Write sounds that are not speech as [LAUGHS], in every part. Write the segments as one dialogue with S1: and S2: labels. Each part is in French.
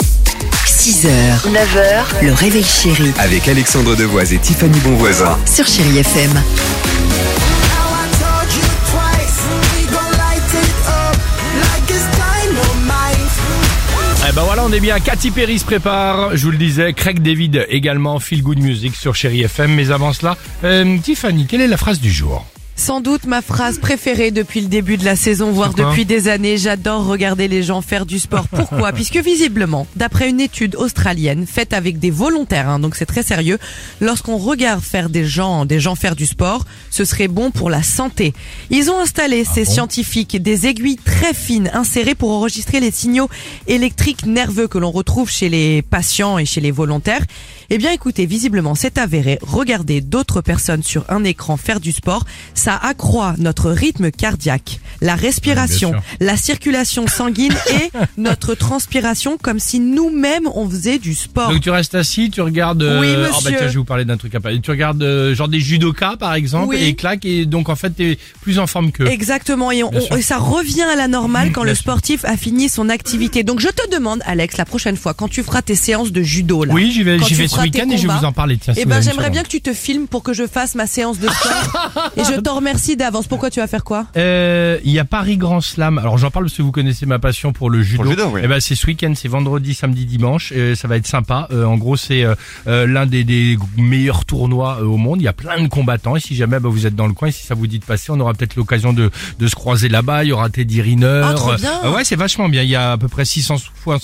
S1: 6h, 9h, le réveil chéri
S2: Avec Alexandre Devoise et Tiffany Bonvoisin.
S1: sur Chérie FM.
S3: Eh ben voilà, on est bien. Cathy Perry se prépare. Je vous le disais, Craig David également. Feel Good Music sur Chéri FM. Mais avant cela, euh, Tiffany, quelle est la phrase du jour
S4: Sans doute ma phrase préférée depuis le début de la saison, voire
S3: quoi
S4: depuis des années, j'adore regarder les gens faire du sport. Pourquoi Puisque visiblement, d'après une étude australienne faite avec des volontaires, hein, donc c'est très sérieux, lorsqu'on regarde faire des gens, des gens faire du sport, ce serait bon pour la santé. Ils ont installé, ces scientifiques, des aiguilles très fines insérées pour enregistrer les signaux électriques nerveux que l'on retrouve chez les patients et chez les volontaires. Eh bien écoutez, visiblement c'est avéré, regarder d'autres personnes sur un écran faire du sport, ça accroît notre rythme cardiaque, la respiration,
S3: bien
S4: la circulation sanguine
S3: [LAUGHS]
S4: et notre transpiration comme si nous-mêmes on faisait du sport.
S3: Donc tu restes assis, tu regardes.
S4: Oh. Oui,
S3: oh,
S4: monsieur.
S3: bah tiens, je vais vous parler d'un truc à parler. Tu regardes euh, genre des judokas par exemple
S4: Oui.
S3: et claque et donc en fait t'es plus en forme que.
S4: Exactement, et, on-
S3: Bien sûr.
S4: et ça revient à la normale quand
S3: Bien
S4: le
S3: sûr.
S4: sportif a fini son activité. Donc je te demande, Alex, la prochaine fois, quand tu feras tes séances de judo, là,
S3: Oui, j'y vais,
S4: Quand
S3: j'y
S4: tu
S3: vais ce
S4: feras tes
S3: week-end et je vais
S4: combats,
S3: vous en parler. Tiens, si
S4: Eh
S3: vous
S4: ben,
S3: avez une
S4: j'aimerais
S3: seconde.
S4: bien que tu te filmes pour que je fasse ma séance de sport. et je t'en remercie d'avance. Pourquoi tu vas faire quoi
S3: Euh, Il y a Paris Grand Slam. Alors j'en parle parce que vous connaissez ma passion pour le judo.
S5: Pour le judo, oui.
S3: Eh ben c'est ce week-end, c'est vendredi, samedi, dimanche. Euh, ça va être sympa. Euh, en gros, c'est euh, euh, l'un des, des meilleurs tournois euh, au monde. Il y a plein de combattants. Et si jamais bah, vous êtes dans le coin, et si ça vous dit de passer, on aura peut-être l'occasion de, de se croiser là-bas. Il y aura Teddy Riner.
S4: Ah, trop bien.
S3: Euh, ouais, c'est vachement bien. Il y a à peu près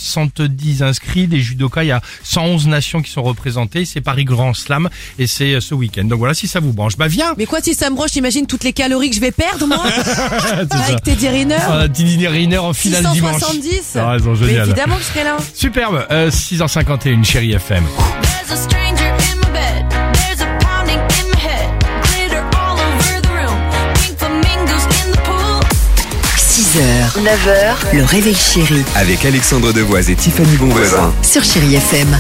S3: 670 inscrits des judokas. Il y a 111 nations qui sont représentées. C'est Paris Grand Slam et c'est euh, ce week-end. Donc voilà, si ça vous branche, bah viens.
S4: Mais quoi, si ça me broche, imagine toutes les calories que je vais perdre,
S3: [LAUGHS]
S4: moi
S3: ça.
S4: Avec Teddy Riner
S3: Ah, Teddy Riner en finale dimanche. Ah,
S4: 670
S3: T'as raison,
S4: Mais
S3: génial.
S4: évidemment que je serai là.
S3: Superbe, euh, 6h51, chérie FM.
S6: There's a stranger in my bed. There's a pounding in my head. Glitter all over the room. Pink flamingos in the pool.
S1: 6h, 9h, le réveil chéri
S2: Avec Alexandre Devoise et Tiffany Bonvoisin.
S1: sur Chérie FM.